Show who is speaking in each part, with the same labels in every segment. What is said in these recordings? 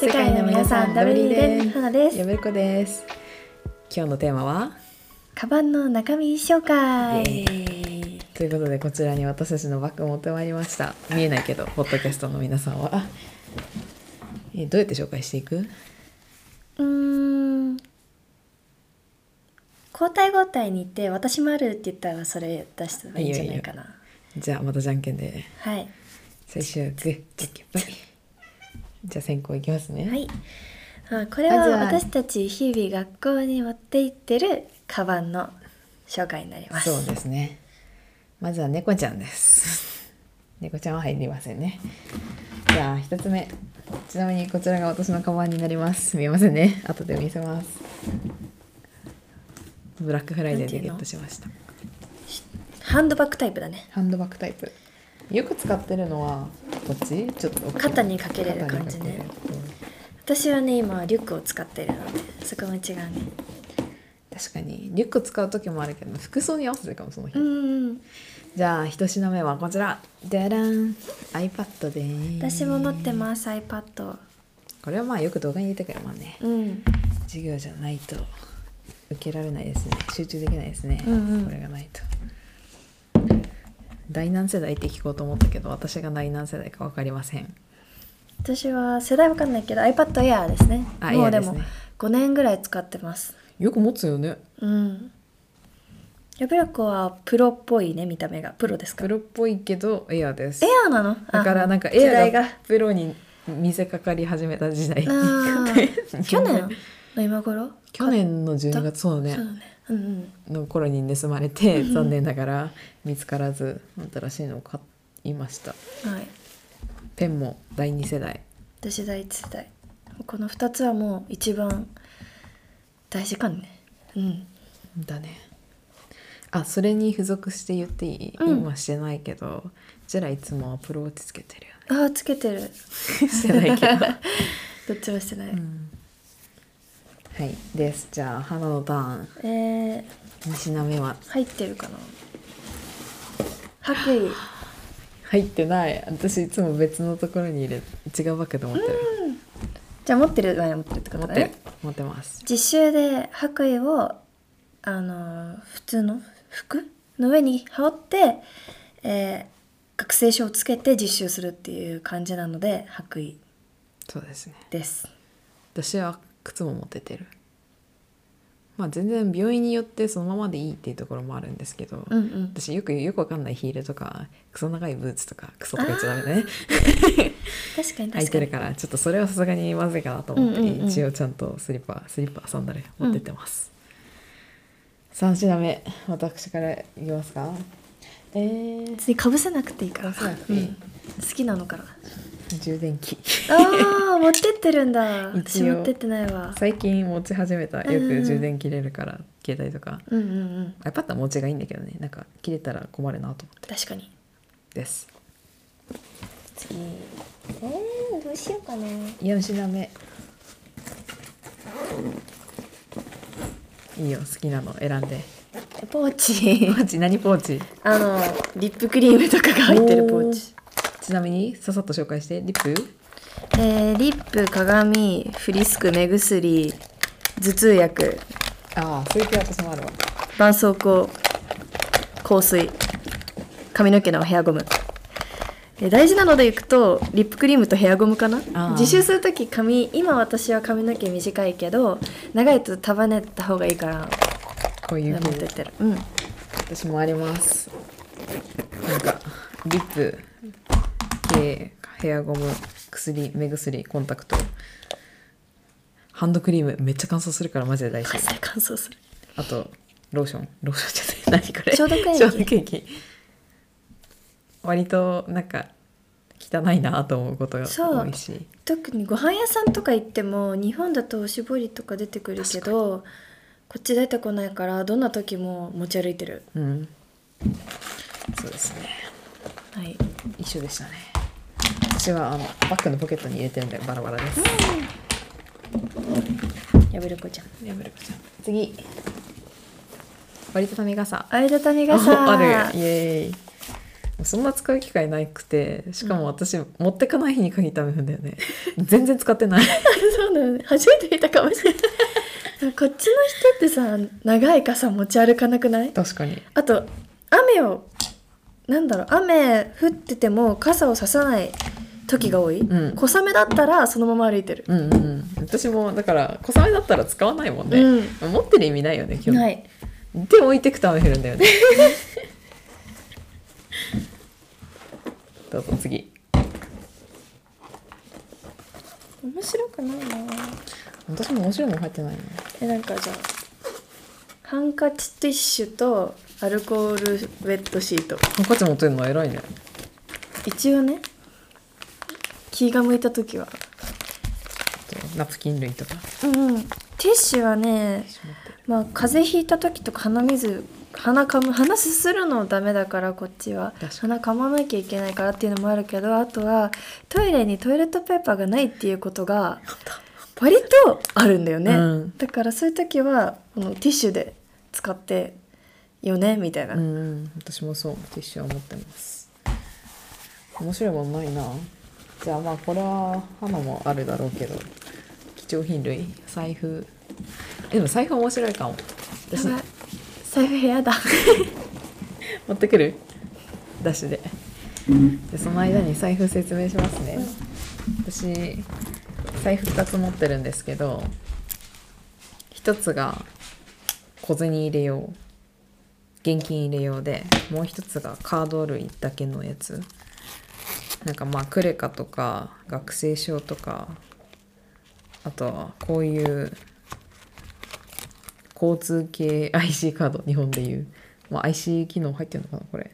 Speaker 1: 世界の皆さん W です花です
Speaker 2: やべこです今日のテーマは
Speaker 1: カバンの中身紹介
Speaker 2: ということでこちらに私たちのバッグ持ってまいりました見えないけどポッドキャストの皆さんはえーどうやって紹介していく
Speaker 1: うーん交代交代に行って私もあるって言ったらそれ出した方がいいんじゃないかな
Speaker 2: じゃあまたじゃんけんで
Speaker 1: はい
Speaker 2: 最初はグッチキパキじゃあ先行いきますね、
Speaker 1: はいあこれ
Speaker 2: ま
Speaker 1: は
Speaker 2: ずは
Speaker 1: 私たち日々学校に持って行ってるカバンの紹介になります
Speaker 2: そうですねまずは猫ちゃんです 猫ちゃんは入りませんねじゃあ一つ目ちなみにこちらが私のカバンになります見えませんね後で見せますブラックフライデーでゲットしました
Speaker 1: ハンドバッグタイプだね
Speaker 2: ハンドバッグタイプよく使ってるのはこっちちょっと大きい
Speaker 1: 肩にかけれる感じね
Speaker 2: 肩にかけれる
Speaker 1: 私はね今リュックを使っているのでそこも違うね
Speaker 2: 確かにリュック使う時もあるけど服装に合わせてるかもその日、
Speaker 1: うんうん
Speaker 2: じゃあ一品目はこちらダラン iPad でーす
Speaker 1: 私も持ってます iPad
Speaker 2: これはまあよく動画に出てくるもんね
Speaker 1: うん
Speaker 2: 授業じゃないと受けられないですね集中できないですね、
Speaker 1: うんうん
Speaker 2: これがないと第何世代って聞こうと思ったけど私が第何世代か分かりません
Speaker 1: 私は世代わかんないけど iPad Air ですね
Speaker 2: あ
Speaker 1: もう
Speaker 2: Air
Speaker 1: で
Speaker 2: です
Speaker 1: も
Speaker 2: ね
Speaker 1: 5年ぐらい使ってます
Speaker 2: よく持つよね
Speaker 1: うんヤブラコはプロっぽいね見た目がプロですか
Speaker 2: プロっぽいけどエアです
Speaker 1: エアーなの
Speaker 2: だからなんかエ
Speaker 1: 時代
Speaker 2: ア
Speaker 1: が
Speaker 2: がプロに見せかかり始めた時代
Speaker 1: あー去年の今頃
Speaker 2: 去年の12月そうね
Speaker 1: そうだねうんうん
Speaker 2: の頃に盗まれて残念ながら見つからず新しいのを買いました
Speaker 1: はい
Speaker 2: ペンも第2世代
Speaker 1: 私第一世代この2つはもう一番大事かもねうん
Speaker 2: だねあそれに付属して言っていい、
Speaker 1: うん
Speaker 2: 今してないけどジェラいつもアプローチつけてるよ
Speaker 1: あーつけてる
Speaker 2: ね してないけど、
Speaker 1: どっちもしてない、
Speaker 2: うんはいですじゃあ花のターン
Speaker 1: えー、
Speaker 2: 2品目は
Speaker 1: 入ってるかな白衣
Speaker 2: 入ってない私いつも別のところに入れ違うバッグで持ってる、
Speaker 1: じゃあ持ってる前に持ってるってこ
Speaker 2: 持
Speaker 1: とだ
Speaker 2: ってる
Speaker 1: ね
Speaker 2: 持ってます
Speaker 1: 実習で白衣をあのー普通の服の上に羽織って、えー学生証をつけて実習するっていう感じなので白衣
Speaker 2: そうですね
Speaker 1: です
Speaker 2: 私は靴も持っててるまあ全然病院によってそのままでいいっていうところもあるんですけど、
Speaker 1: うんうん
Speaker 2: 私よくよくわかんないヒールとかクソ長いブーツとかクソとか言っちゃダメだね
Speaker 1: 確かに
Speaker 2: 履い
Speaker 1: 確か
Speaker 2: て
Speaker 1: に
Speaker 2: るからちょっとそれはさすがにまずいかなと思って、
Speaker 1: うんうんうん
Speaker 2: 一応ちゃんとスリッパスリッパサンダル持ってってます、3品目私からいきますかえー、
Speaker 1: 別にかぶせなくていいから
Speaker 2: 被せなくていい
Speaker 1: うん好きなのから
Speaker 2: 充電器
Speaker 1: ああ持ってってるんだ私
Speaker 2: 一応
Speaker 1: 持ってってないわ
Speaker 2: 最近持ち始めたよ
Speaker 1: うんうんう
Speaker 2: く
Speaker 1: ん
Speaker 2: 充電切れるから携帯とか
Speaker 1: うんうんうん
Speaker 2: iPad は持ちがいいんだけどねなんか切れたら困るなと思って
Speaker 1: 確かに
Speaker 2: です
Speaker 1: 次えー、どうしようかな
Speaker 2: 4品目いいよ好きなの選んで
Speaker 1: ポーチ
Speaker 2: ポーチ何ポーチ
Speaker 1: あのリップクリームとかが入ってるポーチ
Speaker 2: ちなみにささっと紹介してリップ
Speaker 1: えーリップ鏡フリスク目薬頭痛薬
Speaker 2: ああそういう系私もあるわ
Speaker 1: 絆創膏香水髪の毛のヘアゴムえー大事なのでいくとリップクリームとヘアゴムかな
Speaker 2: あー
Speaker 1: 自習する時髪今私は髪の毛短いけど長いと束ねた方がいいから
Speaker 2: こういう
Speaker 1: 持って
Speaker 2: 系
Speaker 1: ってるうん
Speaker 2: 私もありますなんかリップ系ヘアゴム薬目薬コンタクトハンドクリームめっちゃ乾燥するからマジで大事
Speaker 1: 汗乾燥する
Speaker 2: あとローションローションじゃない何これ
Speaker 1: 消毒液
Speaker 2: 消毒液割となんか汚いなと思うことが多いし
Speaker 1: 特にご飯屋さんとか行っても日本だとおしぼりとか出てくるけどこっち出てこないからどんな時も持ち歩いてる
Speaker 2: うんそうですね
Speaker 1: はい
Speaker 2: 一緒でしたね私はあのバッグのポケットに入れてるんでバラバラです
Speaker 1: やぶるこちゃん
Speaker 2: やめるこちゃん次割りたたみ傘
Speaker 1: あれ畳がさ
Speaker 2: おあるイエーイそんな使う機会なくてしかも私、持ってかない日に限ったんだよね全然使ってない
Speaker 1: そうだよね初めて見たかもしれない でもこっちの人ってさ長い傘持ち歩かなくない
Speaker 2: 確かに
Speaker 1: あと雨をなんだろう雨降ってても傘をささない時が多い、
Speaker 2: うん
Speaker 1: 小雨だったらそのまま歩いてる、
Speaker 2: うんうんうん私もだから小雨だったら使わないもんね、持ってる意味ないよね
Speaker 1: う
Speaker 2: 今
Speaker 1: ん
Speaker 2: 日
Speaker 1: ない
Speaker 2: で置いてくと雨降るんだよね どうぞ次
Speaker 1: 面白くないな
Speaker 2: 私も面白いもん入ってないね
Speaker 1: えなんかじゃあハンカチティッシュとアルコールウェットシート
Speaker 2: ハンカチ持ってるのは偉いね
Speaker 1: 一応ね気が向いた時は
Speaker 2: あとナプキン類とか
Speaker 1: うんうんティッシュはね
Speaker 2: 私持ってる
Speaker 1: まあ風邪ひいた時とか鼻水鼻かむ鼻すするのダメだからこっちは
Speaker 2: 確かに
Speaker 1: 鼻かまなきゃいけないからっていうのもあるけどあとはトイレにトイレットペーパーがないっていうこと が割とあるんだよね、
Speaker 2: うん
Speaker 1: だからそういう時はこのティッシュで使ってよねみたいな、
Speaker 2: うんうん私もそうティッシュは持ってます面白いもんないなじゃあまあこれは花もあるだろうけど貴重品類財布えでも財布面白いかも私
Speaker 1: やばい財布部屋だ
Speaker 2: 持ってくるダッシュででその間に財布説明しますね私財布2つ持ってるんですけど1つが小銭入れ用現金入れ用でもう1つがカード類だけのやつなんかまあクレカとか学生証とかあとはこういう交通系 IC カード日本でいう、まあ、IC 機能入ってるのかなこれ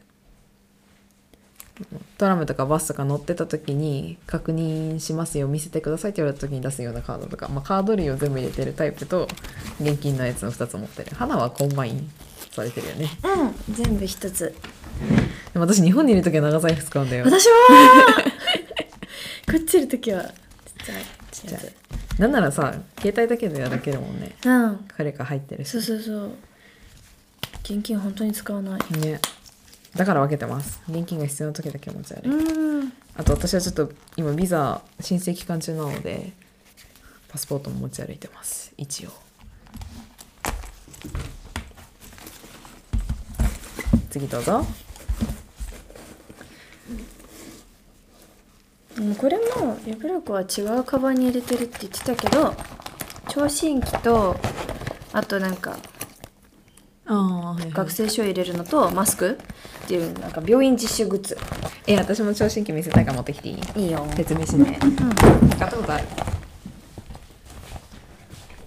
Speaker 2: トラムとかバスとか乗ってた時に確認しますよ見せてくださいって言われた時に出すようなカードとか、まあ、カード類を全部入れてるタイプと現金のやつの2つ持ってる花はコンバインされてるよね
Speaker 1: うん全部一つ
Speaker 2: でも私日本にいる時は長財布使うんだよ
Speaker 1: 私は こっちいる時はちっちゃい
Speaker 2: ちっちゃいなんならさ携帯だけでやるだけだもんね
Speaker 1: うん
Speaker 2: 彼が入ってるし
Speaker 1: そうそうそう現金本当に使わない
Speaker 2: ねだから分けてます現金が必要な時だけ持ち歩いて
Speaker 1: うん
Speaker 2: あと私はちょっと今ビザ申請期間中なのでパスポートも持ち歩いてます一応次どうぞ
Speaker 1: でもこれもヤブラコは違うカバンに入れてるって言ってたけど聴診器とあとなんか
Speaker 2: ああ
Speaker 1: 学生証入れるのとマスクっていうなんか病院実習グッズ
Speaker 2: え私も聴診器見せたいから持ってきていい
Speaker 1: いいよ、
Speaker 2: 説明しね
Speaker 1: うん
Speaker 2: 使ったことある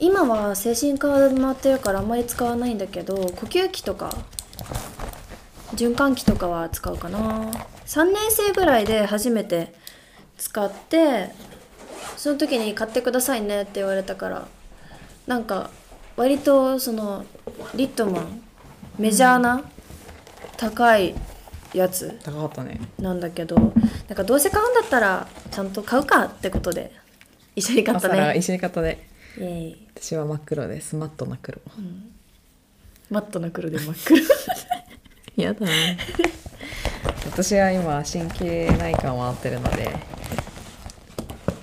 Speaker 1: 今は精神科で回ってるからあんまり使わないんだけど呼吸器とか循環器とかは使うかな3年生ぐらいで初めて使ってその時に買ってくださいねって言われたからなんか割とそのリットマンメジャーな高いやつ
Speaker 2: 高かったね
Speaker 1: なんだけどなんかどうせ買うんだったらちゃんと買うかってことで一緒に買った
Speaker 2: 朝から
Speaker 1: ね
Speaker 2: 一緒に買ったね
Speaker 1: イエーイ
Speaker 2: 私は真っ黒ですマットな黒
Speaker 1: マットな黒で真っ 黒
Speaker 2: やだ 私は今神経内科を回ってるので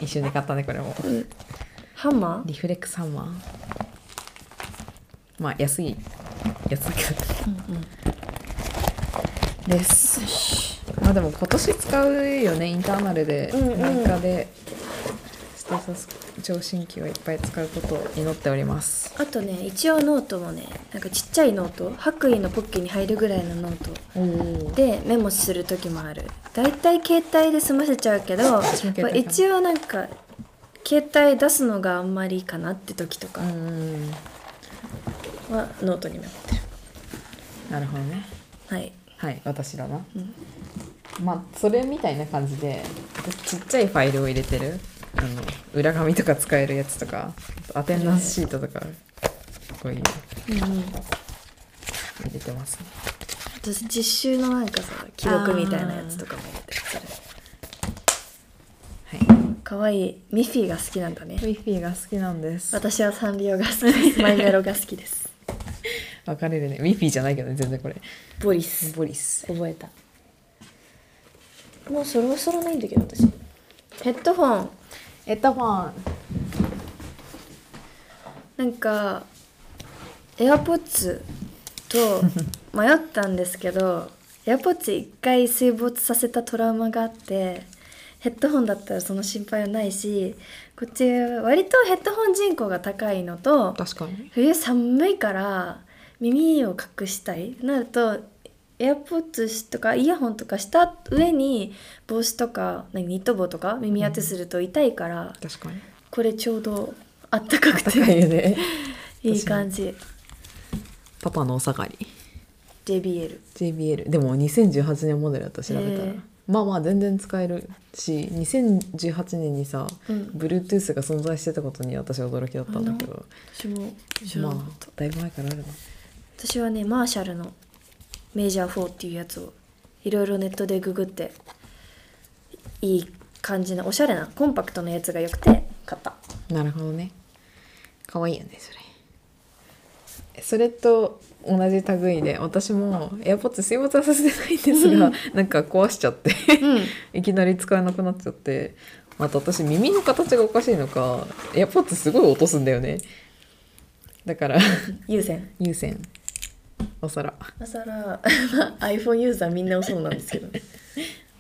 Speaker 2: 一緒に買ったねこれも
Speaker 1: ハンマー
Speaker 2: リフレックスハンマーまあ安いやつだけど、ですまあでも今年使うよねインターナルで
Speaker 1: うんうん
Speaker 2: なんかでステータス聴診器をいっぱい使うことを祈っております
Speaker 1: あとね一応ノートもねなんかちっちゃいノート白衣のポッケに入るぐらいのノート
Speaker 2: おお
Speaker 1: でメモする時もあるだいたい携帯で済ませちゃうけど
Speaker 2: 私も携帯かな
Speaker 1: まあ一応なんか携帯出すのがあんまりいいかなって時とか
Speaker 2: うんうん
Speaker 1: はノートにメモってる
Speaker 2: なるほどね
Speaker 1: はい
Speaker 2: はい私だな、
Speaker 1: うん
Speaker 2: まあそれみたいな感じでちっちゃいファイルを入れてるあの裏紙とか使えるやつとかあとアテンダンスシートとかこういう
Speaker 1: うん
Speaker 2: 入れてますね
Speaker 1: 私実習のなんかさ記録みたいなやつとかも入れてる
Speaker 2: はい
Speaker 1: かわいいミッフィーが好きなんだね
Speaker 2: ウィッフィーが好きなんです
Speaker 1: 私はサンリオが好きですマイメロが好き です
Speaker 2: 分かれるねウィッフィーじゃないけどね全然これ
Speaker 1: ボリス
Speaker 2: ボリス
Speaker 1: 覚えたもうそろそろないんだけど私ヘッドフォン
Speaker 2: ヘッドフォン
Speaker 1: なんか AirPods と迷ったんですけど AirPods 一回水没させたトラウマがあってヘッドホンだったらその心配はないしこっち割とヘッドホン人口が高いのと
Speaker 2: 確かに
Speaker 1: 冬寒いから耳を隠したいなるとエアポッツとかイヤホンとかした上に帽子とか何ニット帽とか耳当てすると痛いから、
Speaker 2: 確かに
Speaker 1: これちょうどあったかく
Speaker 2: 高い
Speaker 1: て
Speaker 2: よね
Speaker 1: いい感じ
Speaker 2: パパのお下がり
Speaker 1: JBL
Speaker 2: JBL でも2018年モデルだった調べたら、
Speaker 1: へー
Speaker 2: まあまあ全然使えるし2018年にさ、
Speaker 1: うん
Speaker 2: Bluetooth が存在してたことに私は驚きだったんだけど
Speaker 1: 私も
Speaker 2: まあだいぶ前からあるな
Speaker 1: 私はねマーシャルのメジャー4っていうやつをいろいろネットでググっていい感じのおしゃれなコンパクトなやつが良くて買った
Speaker 2: なるほどね可愛いよねそれそれと同じ類で私も AirPods 水没はさせてないんですがなんか壊しちゃって
Speaker 1: うん
Speaker 2: いきなり使えなくなっちゃってまた私耳の形がおかしいのか AirPods すごい落とすんだよねだから
Speaker 1: 優先
Speaker 2: 有線お皿
Speaker 1: まあそら、まあ、iPhone ユー ザーみんなそうなんですけどね。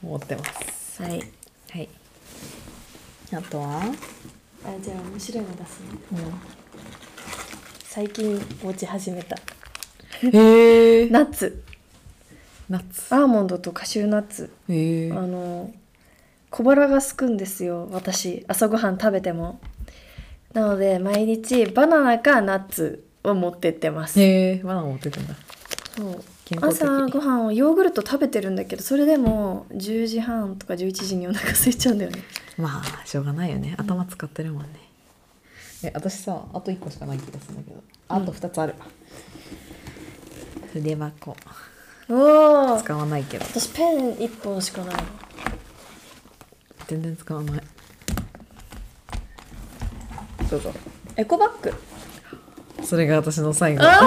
Speaker 2: 持ってます
Speaker 1: はい。
Speaker 2: はいあとは
Speaker 1: あ、じゃあ面白いの出すね。
Speaker 2: う
Speaker 1: 最近持ち始めた。
Speaker 2: んへえ
Speaker 1: ナッツ。
Speaker 2: ナッツ
Speaker 1: アーモンドとカシューナッツ。
Speaker 2: へ
Speaker 1: あ
Speaker 2: え
Speaker 1: の、小腹がすくんですよ、私。朝ごはん食べても。なので、毎日バナナかナッツを持ってってます。
Speaker 2: へえまだ持ってくんだ
Speaker 1: そう
Speaker 2: 健康的
Speaker 1: 朝ごはんをヨーグルト食べてるんだけど、それでも10時半とか11時にお腹空いちゃうんだよね。
Speaker 2: まあしょうがないよね頭使ってるもんね、え私さあと1個しかない気がするんだけどあと2つある、筆箱
Speaker 1: おお。
Speaker 2: 使わないけど
Speaker 1: 私ペン1本しかない。
Speaker 2: 全然使わないどうぞ
Speaker 1: エコバッグ。
Speaker 2: それが私の最後
Speaker 1: あ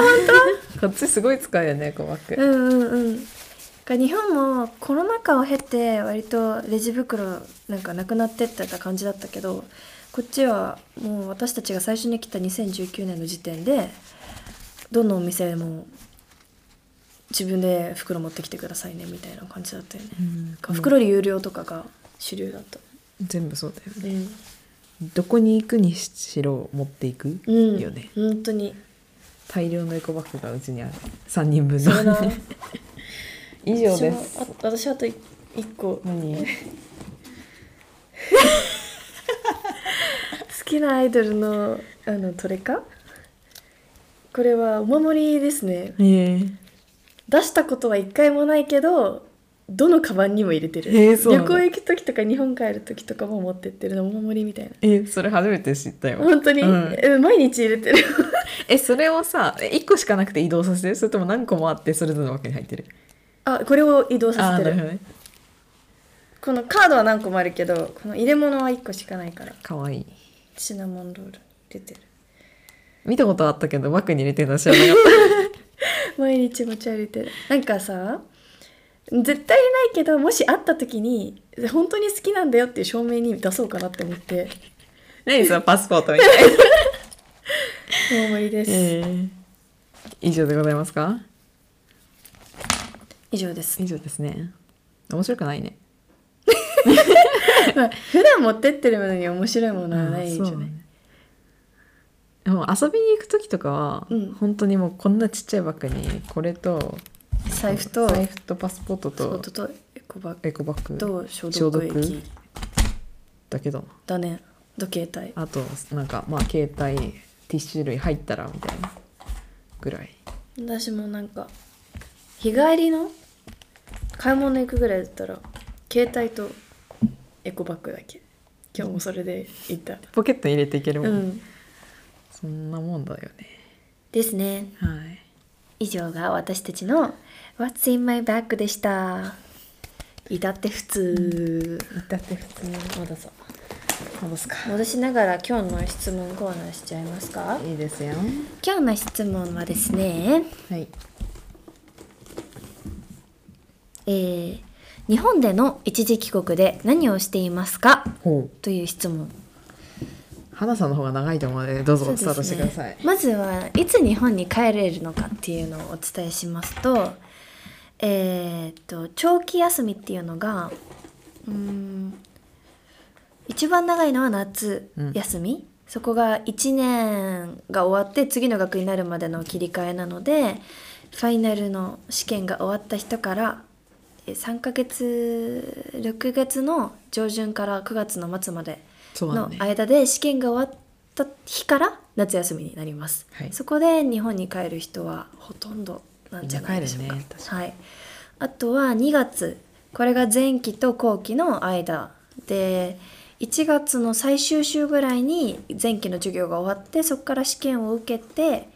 Speaker 1: ー
Speaker 2: こっちすごい使うよねエコバッグ、
Speaker 1: うんうんうんが日本もコロナ禍を経て割とレジ袋なんかなくなってってた感じだったけどこっちはもう私たちが最初に来た2019年の時点でどのお店も自分で袋持ってきてくださいねみたいな感じだったよね、
Speaker 2: うん
Speaker 1: なんか袋で有料とかが主流だった、
Speaker 2: 全部そうだよね
Speaker 1: うん、
Speaker 2: どこに行くにしろ持っていく、
Speaker 1: うん、
Speaker 2: よね
Speaker 1: 本当 に
Speaker 2: 大量のエコバッグがうちにある3人分
Speaker 1: それな
Speaker 2: の以上です
Speaker 1: 私もあ私あと1個
Speaker 2: 何
Speaker 1: 好きなアイドルのあのトレカこれはお守りですね
Speaker 2: ええ
Speaker 1: 出したことは一回もないけどどのカバンにも入れてる、
Speaker 2: へえそうな
Speaker 1: 旅
Speaker 2: んだ
Speaker 1: 行行く時とか日本帰る時とかも持ってってるのお守りみたいな
Speaker 2: えそれ初めて知ったよ
Speaker 1: 本当に、
Speaker 2: うん
Speaker 1: え毎日入れてる
Speaker 2: えそれをさ1個しかなくて移動させてるそれとも何個もあってそれぞれのわけに入ってる
Speaker 1: あこれを移動さ
Speaker 2: あー
Speaker 1: せ
Speaker 2: な
Speaker 1: て
Speaker 2: る
Speaker 1: る
Speaker 2: ほどね
Speaker 1: このカードは何個もあるけどこの入れ物は1個しかないから
Speaker 2: かわいい
Speaker 1: シナモンロールに入れてる
Speaker 2: 見たことあったけどバッグに入れてるのは知らな かっ
Speaker 1: 毎日持ち歩いてるなんかさ絶対ないけどもし会った時に本当に好きなんだよっていう証明に出そうかなって思って
Speaker 2: た何そのパスポートみたいな、
Speaker 1: 大盛りです、
Speaker 2: えー以上でございますか
Speaker 1: 以上です
Speaker 2: 以上ですね面白くないね
Speaker 1: まあ普段持ってってるものに面白いものはない
Speaker 2: あ
Speaker 1: で
Speaker 2: ー
Speaker 1: しょ
Speaker 2: そうう
Speaker 1: ね
Speaker 2: ねでも遊びに行く時とかは、
Speaker 1: うん
Speaker 2: 本当にもうこんなちっちゃいバッグにこれと
Speaker 1: 財布と
Speaker 2: 財布とパスポート
Speaker 1: スポッ
Speaker 2: と
Speaker 1: トとエコバッグ
Speaker 2: エコバッグ
Speaker 1: と消毒
Speaker 2: 消毒
Speaker 1: 液
Speaker 2: だけどな
Speaker 1: だね時計帯
Speaker 2: あとなんかまあ携帯ティッシュ類入ったらみたいなぐらい
Speaker 1: 私もなんか日帰りの買い物行くぐらいだったら携帯とエコバッグだけ今日もそれで行った
Speaker 2: ポケットに入れていけるも、
Speaker 1: うんん
Speaker 2: そんなもんだよね
Speaker 1: ですね
Speaker 2: はい
Speaker 1: 以上が私たちの「What's in my bag」でした至って普通
Speaker 2: だって普通に
Speaker 1: 戻そう
Speaker 2: 戻すか
Speaker 1: 戻しながら今日の質問コーナーしちゃいますか
Speaker 2: いいですよ
Speaker 1: 今日の質問はですね
Speaker 2: はい
Speaker 1: えー日本での一時帰国で何をしていますか
Speaker 2: ほう
Speaker 1: という質問
Speaker 2: 花さんの方が長いと思うのでどうぞスタートしてください、
Speaker 1: まずはいつ日本に帰れるのかっていうのをお伝えしますとえーっと長期休みっていうのがうーん一番長いのは夏
Speaker 2: うん
Speaker 1: 休み、そこが1年が終わって次の学期になるまでの切り替えなのでファイナルの試験が終わった人からえ3ヶ月6月の上旬から9月の末まで
Speaker 2: そうだ
Speaker 1: の
Speaker 2: ね
Speaker 1: 間で試験が終わった日から夏休みになります、
Speaker 2: はい
Speaker 1: そこで日本に帰る人はほとんどなんじゃないでしょうか
Speaker 2: みんな帰るね確
Speaker 1: はい、あとは2月これが前期と後期の間で1月の最終週ぐらいに前期の授業が終わってそこから試験を受けて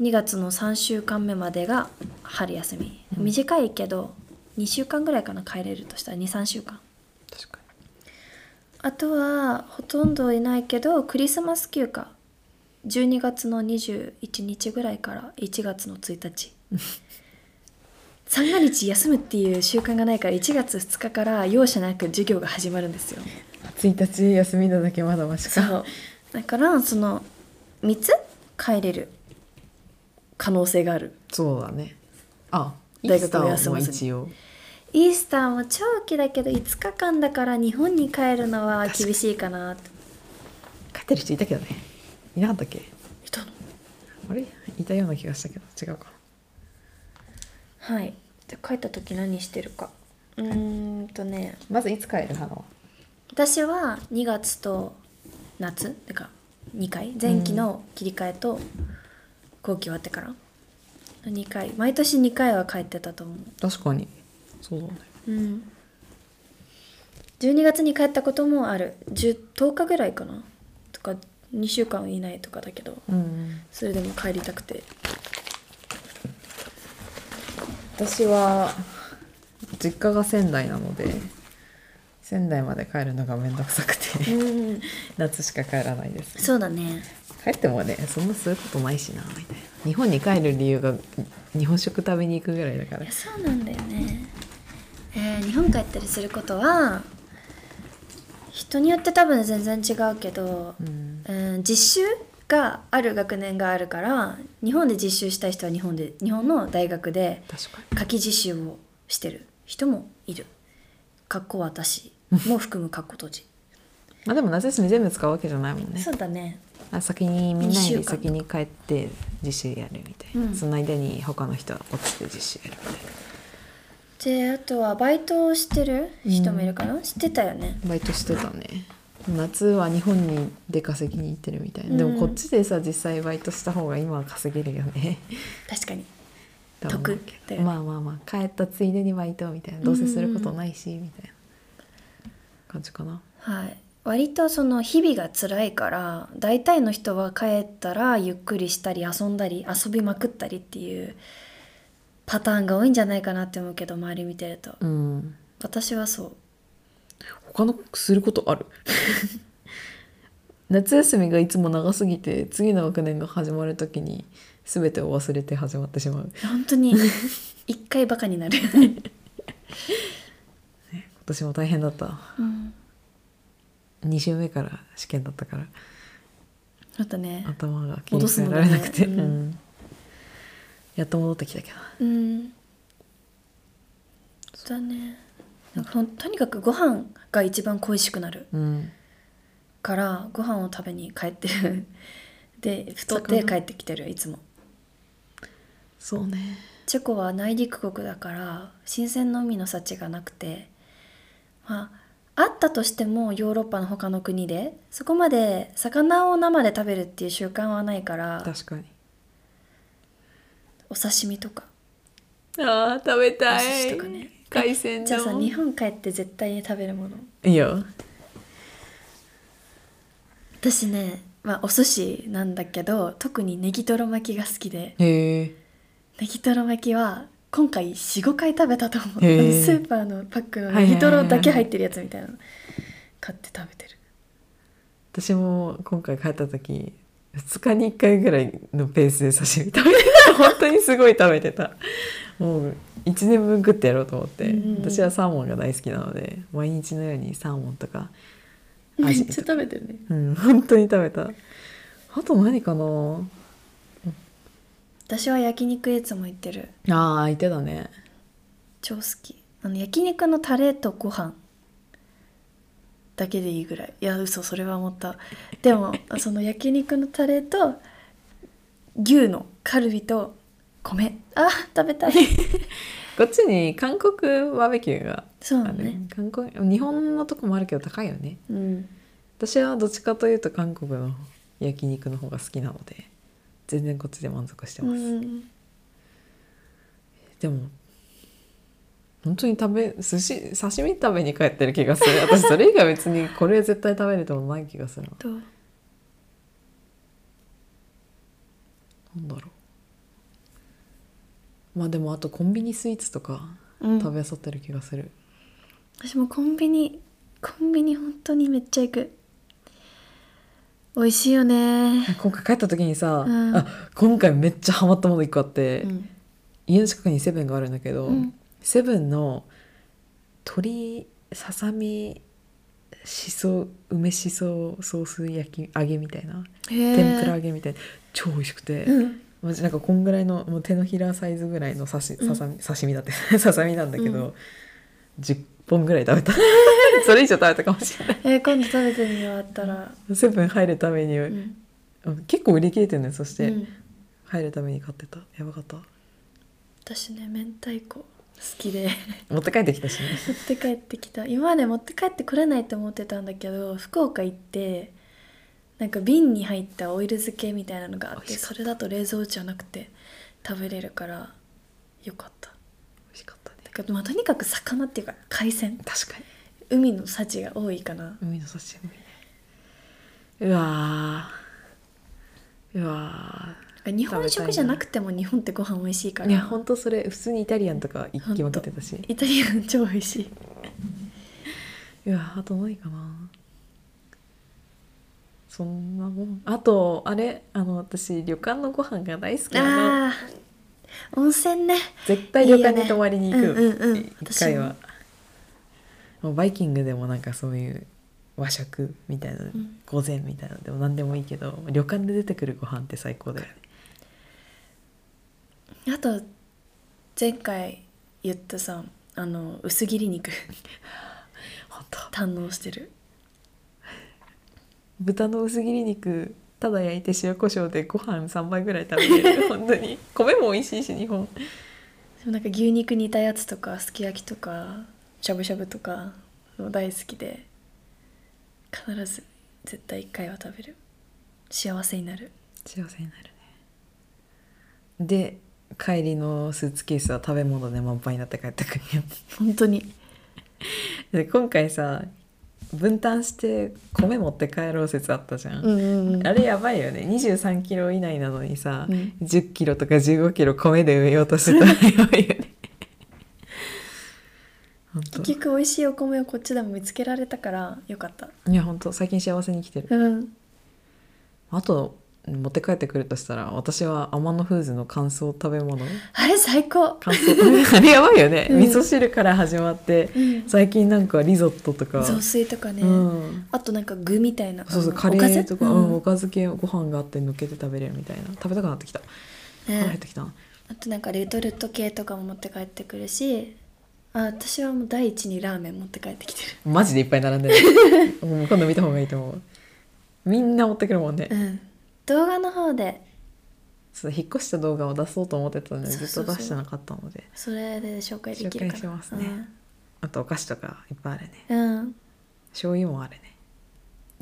Speaker 1: 2月の3週間目までが春休み
Speaker 2: うん
Speaker 1: 短いけど2週間ぐらいかな帰れるとしたら23週間
Speaker 2: 確かに
Speaker 1: あとはほとんどいないけどクリスマス休暇12月の21日ぐらいから1月の1日 三が日休むっていう習慣がないから1月2日から容赦なく授業が始まるんですよ
Speaker 2: 1日休みなだけまだまし
Speaker 1: そ
Speaker 2: か
Speaker 1: うだからその3つ帰れる可能性がある
Speaker 2: そうだねあイー
Speaker 1: 大
Speaker 2: ス
Speaker 1: 学
Speaker 2: タ
Speaker 1: を
Speaker 2: ー
Speaker 1: 休
Speaker 2: も
Speaker 1: まずに
Speaker 2: 一応
Speaker 1: イースターも長期だけど5日間だから日本に帰るのは厳しいかなと
Speaker 2: 帰ってる人いたけどねいなかったっけ
Speaker 1: いたの
Speaker 2: あれいたような気がしたけど違うか
Speaker 1: はい。で帰った時何してるか。うーんとね、
Speaker 2: まずいつ帰る花は
Speaker 1: 私は2月と夏だから2回前期の切り替えと後期終わってから2回毎年2回は帰ってたと思
Speaker 2: 確かにそうだね
Speaker 1: う。うん。12月に帰ったこともある 10, 10日ぐらいかなとか2週間いないとかだけど
Speaker 2: うん
Speaker 1: それでも帰りたくて
Speaker 2: 私は実家が仙台なので仙台まで帰るのがめんどくさく
Speaker 1: う
Speaker 2: て
Speaker 1: ん
Speaker 2: 夏しか帰らないで す
Speaker 1: そうだね
Speaker 2: 帰ってもねそんなすることないしなみたいな日本に帰る理由が日本食食べに行くぐらいだか
Speaker 1: い
Speaker 2: ら
Speaker 1: やそうなんだよね、えー日本帰ったりすることは人によって多分全然違うけど、
Speaker 2: うん
Speaker 1: うん、実習がある学年があるから日本で実習したい人は日本で日本の大学で
Speaker 2: 確かに
Speaker 1: 夏季実習をしてる人もいるかっこ私も含むかっこ閉じ
Speaker 2: まあでも夏休み全部使うわけじゃないもんね
Speaker 1: そうだね
Speaker 2: あ先にみんなよ
Speaker 1: 二週間
Speaker 2: り
Speaker 1: とか
Speaker 2: 先に帰って実習やるみたいな、
Speaker 1: うん
Speaker 2: その間に他の人は落ちて実習やるみたい
Speaker 1: であとはバイトをしてる人もいるかな、してたよね
Speaker 2: なバイトしてたね夏は日本に出稼ぎに行ってるみたいな、で
Speaker 1: うん
Speaker 2: もこっちでさ実際バイトした方が今は稼げるよ ね
Speaker 1: 確かに
Speaker 2: と思うけど
Speaker 1: 得だよね
Speaker 2: まあまあまあ帰ったついでにバイトみたいなどうせすることないし、みたいな感じかな
Speaker 1: はい、割とその日々が辛いから大体の人は帰ったらゆっくりしたり遊んだり遊びまくったりっていうパターンが多いんじゃないかなって思うけど周り見てると
Speaker 2: うん
Speaker 1: 私はそう
Speaker 2: 他のすることある 夏休みがいつも長すぎて次の学年が始まるときに全てを忘れて始まってしまう
Speaker 1: 本当 に一回バカになる、
Speaker 2: 今年も大変だった
Speaker 1: うん、
Speaker 2: 2週目から試験だったから
Speaker 1: あとね
Speaker 2: 頭が切り替えられなくて、
Speaker 1: 戻すのがねうん
Speaker 2: うんやっと戻ってきたけど
Speaker 1: うんだねなんかほんとにかくご飯が一番恋しくなる
Speaker 2: うん
Speaker 1: からご飯を食べに帰ってるで太って帰ってきてるいつも
Speaker 2: そうね
Speaker 1: チェコは内陸国だから新鮮な海の幸がなくて、まあ、あったとしてもヨーロッパの他の国でそこまで魚を生で食べるっていう習慣はないから
Speaker 2: 確かに
Speaker 1: お刺身とか
Speaker 2: あー食べた
Speaker 1: お寿司
Speaker 2: い
Speaker 1: とかね
Speaker 2: 海鮮
Speaker 1: じゃあさ
Speaker 2: 丼
Speaker 1: 日本帰って絶対に食べるもの
Speaker 2: いいよ
Speaker 1: 私ね、まあ、お寿司なんだけど特にネギトロ巻きが好きで
Speaker 2: へえ
Speaker 1: ネギトロ巻きは今回45回食べたと思う、
Speaker 2: へー
Speaker 1: あのスーパーのパックのネギトロだけ入ってるやつみたいなの買って食べてる
Speaker 2: 私も今回帰った時2日に1回ぐらいのペースで刺身食べてた本当にすごい食べてたもう1年分食ってやろうと思って、
Speaker 1: うんうん
Speaker 2: 私はサーモンが大好きなので毎日のようにサーモンとか
Speaker 3: め
Speaker 2: ア
Speaker 3: っち
Speaker 2: ジ
Speaker 3: ゃ食べてるね
Speaker 2: うん本当に食べたあと何かな
Speaker 1: 私は焼肉いつも行ってる
Speaker 2: ああいてだね
Speaker 1: 超好きあの焼肉のタレとご飯だけでいいぐらいいや嘘それは思ったで もその焼肉のタレと牛のカルビと米あ 食べたい
Speaker 2: こっちに韓国バーベキューが
Speaker 1: そう
Speaker 2: あ
Speaker 1: なの
Speaker 2: る、
Speaker 1: ね
Speaker 2: 韓国日本のとこもあるけど高いよね
Speaker 1: うん
Speaker 2: 私はどっちかというと韓国の焼肉の方が好きなので全然こっちで満足してます、
Speaker 1: うん
Speaker 2: でも本当に食べ寿司刺身食べに帰ってる気がする私それ以外別にこれ絶対食べれてもない気がする
Speaker 1: と
Speaker 2: なんだろうまあでもあとコンビニスイーツとか
Speaker 1: うん
Speaker 2: 食べあさってる気がする、
Speaker 1: 私もコンビニコンビニ本当にめっちゃ行く美味しいよね
Speaker 2: 今回帰った時にさ、
Speaker 1: うん
Speaker 2: あ今回めっちゃハマったもの1個あって、
Speaker 1: うん
Speaker 2: 家の近くにセブンがあるんだけど、
Speaker 1: うん
Speaker 2: セブンの鶏ささみしそ梅しそソース焼き揚げみたいな
Speaker 1: へえ
Speaker 2: 天ぷら揚げみたいな超美味しくて、
Speaker 1: うん
Speaker 2: マジなんかこんぐらいのもう手のひらサイズぐらいの刺し
Speaker 1: うん
Speaker 2: ささみ、刺身だって ささみなんだけ
Speaker 1: う
Speaker 2: ど、10本ぐらい食べ たそれ以上食べたかもしれない
Speaker 1: えー今度食べてみようあったら、
Speaker 2: セブン入るために、
Speaker 1: うん
Speaker 2: 結構売り切れてるねそして、
Speaker 1: うん
Speaker 2: 入るために買ってたやばかった
Speaker 1: 私ね明太子好きで
Speaker 2: 持って帰ってきたしね
Speaker 1: 持って帰ってきた今まで持って帰ってこれないと思ってたんだけど福岡行ってなんか瓶に入ったオイル漬けみたいなのがあっ
Speaker 2: 美味
Speaker 1: て
Speaker 2: しか
Speaker 1: それだと冷蔵じゃなくて食べれるからよかった
Speaker 2: 美味しかったね
Speaker 1: だから、まあ、とにかく魚っていうか海鮮
Speaker 2: 確かに
Speaker 1: 海の幸が多いかな
Speaker 2: 海の幸もいいねうわーうわ
Speaker 1: なんか日本食じゃなくても日本ってご飯美味しいか
Speaker 2: ーいや
Speaker 1: ら
Speaker 2: ほんとそれ普通にイタリアンとか一気負けてたし
Speaker 1: イタリアン超美味しいう
Speaker 2: わあと何かなそんなもんあとあれあの私旅館のご飯が大好きなの
Speaker 1: あー温泉ね
Speaker 2: 絶対旅館に泊まりに行
Speaker 1: いいよねうんうんう
Speaker 2: く
Speaker 1: ん
Speaker 2: 一回はもうバイキングでもなんかそういう和食みたいな、
Speaker 1: ん
Speaker 2: 午前みたいなのでも何でもいいけど旅館で出てくるご飯って最高だよね
Speaker 1: あと前回言ったさあの薄切り肉
Speaker 2: 本当
Speaker 1: 堪能してる
Speaker 2: 豚の薄切り肉ただ焼いて塩コショウでご飯3杯ぐらい食べ れる本当に米も美味しいし日本
Speaker 1: でもなんか牛肉煮たやつとかすき焼きとかしゃぶしゃぶとかも大好きで必ず絶対一回は食べる幸せになる
Speaker 2: 幸せになるねで帰りのスーツケースは食べ物で満杯になって帰ってくるよ
Speaker 1: 本当に
Speaker 2: で今回さ分担して米持って帰ろう説あったじゃん、
Speaker 1: うんうんうん
Speaker 2: あれやばいよね2 3キロ以内なのにさ、
Speaker 1: うん
Speaker 2: 1 0キロとか1 5キロ米で埋めようとしてたらやばいよね 本当
Speaker 1: 結局美味しいお米をこっちでも見つけられたからよかった
Speaker 2: いや本当最近幸せに生きてる
Speaker 1: うん
Speaker 2: あと持って帰ってくるとしたら私はアマノフーズの乾燥食べ物
Speaker 1: あれ最高
Speaker 2: 乾燥食べ物 あれやばいよね、
Speaker 1: うん
Speaker 2: 味噌汁から始まって
Speaker 1: うん
Speaker 2: 最近なんかリゾットとか、
Speaker 1: 雑炊とかね、
Speaker 2: うん、
Speaker 1: あとなんか具みたいな
Speaker 2: そうそう
Speaker 1: あの
Speaker 2: カレ
Speaker 1: おかず
Speaker 2: ーとか、うん
Speaker 1: う
Speaker 2: お
Speaker 1: ん
Speaker 2: かず系ご飯があってのっけて食べれるみたいな食べたくなってきた
Speaker 1: ね
Speaker 2: 腹減ってきたな
Speaker 1: あとなんかレトルト系とかも持って帰ってくるしあ私はもう第一にラーメン持って帰ってきて
Speaker 2: マジでいっぱい並んでる もう今度見た方がいいと思うみんな持ってくるもんね、
Speaker 1: るうん動画の方で
Speaker 2: そう引っ越した動画を出そうと思ってたので
Speaker 1: そうそう
Speaker 2: ず
Speaker 1: そう
Speaker 2: っと出してなかったので
Speaker 1: それで紹介できるかな
Speaker 2: 紹介しますねあとお菓子とかいっぱいあるね
Speaker 1: うん、うん
Speaker 2: 醤油もあるね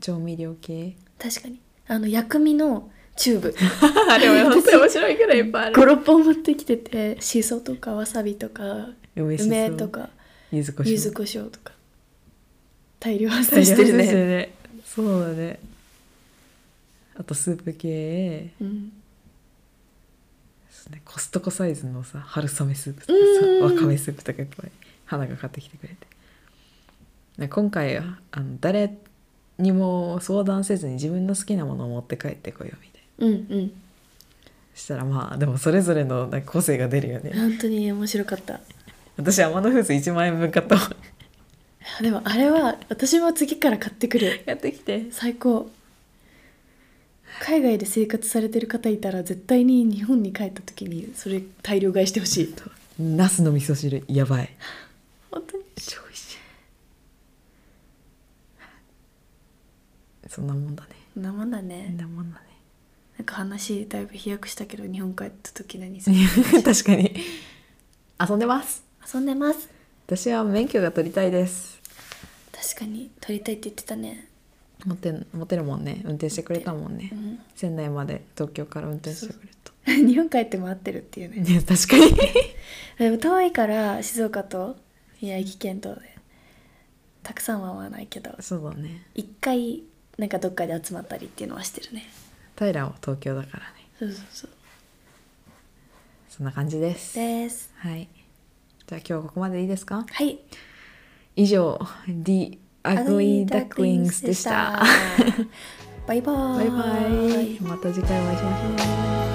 Speaker 2: 調味料系
Speaker 1: 確かにあの薬味のチューブ
Speaker 2: あれは本当に面白いくらいいっぱ いある
Speaker 1: 56本持ってきててしそとかわさびとか
Speaker 2: 梅しそ
Speaker 1: 梅とか
Speaker 2: 柚子胡椒
Speaker 1: 柚子胡椒とか大量発生してる
Speaker 2: 大量発生して
Speaker 1: ね
Speaker 2: るねそうだねあとスープ系
Speaker 1: うん
Speaker 2: そうねコストコサイズのさ春雨スープと
Speaker 1: うん
Speaker 2: かさわかめスープとかいっぱい花が買ってきてくれてね今回はあの誰にも相談せずに自分の好きなものを持って帰ってこようみたいな
Speaker 1: うんうん
Speaker 2: したらまあでもそれぞれのなんか個性が出るよね
Speaker 1: 本当に面白かったい
Speaker 2: 私天野フーズ1万円分買ったわ
Speaker 1: やでもあれは私も次から買ってくる
Speaker 2: やってきて
Speaker 1: 最高海外で生活されてる方いたら絶対に日本に帰った時にそれ大量買いしてほしい
Speaker 2: ナスの味噌汁やばい
Speaker 1: 本当に
Speaker 2: 超美味しいそんなもんだね
Speaker 1: そんなもんだ
Speaker 2: そん
Speaker 1: ね
Speaker 2: なもんだね
Speaker 1: なんか話だいぶ飛躍したけど日本帰った時何する
Speaker 2: 確かに遊んでます
Speaker 1: 遊んでます
Speaker 2: 私は免許が取りたいです
Speaker 1: 確かに撮りたいって言ってたね
Speaker 2: 持ってん持てるもんね運転してくれたもんね
Speaker 1: うん
Speaker 2: 仙台まで東京から運転してくれた
Speaker 1: 日本帰っても合ってるっていうね
Speaker 2: ね確かに
Speaker 1: でも遠いから静岡と宮城県とでたくさんは会わないけど
Speaker 2: そうだね
Speaker 1: 一回なんかどっかで集まったりっていうのはしてるね
Speaker 2: 平は東京だからね
Speaker 1: そうそうそう
Speaker 2: そんな感じです
Speaker 1: です
Speaker 2: はいじゃあ今日はここまでいいですか
Speaker 1: はい
Speaker 2: 以上 The Ugly Ducklings でした
Speaker 1: バイバー
Speaker 2: バイバイまた次回お会いしましょう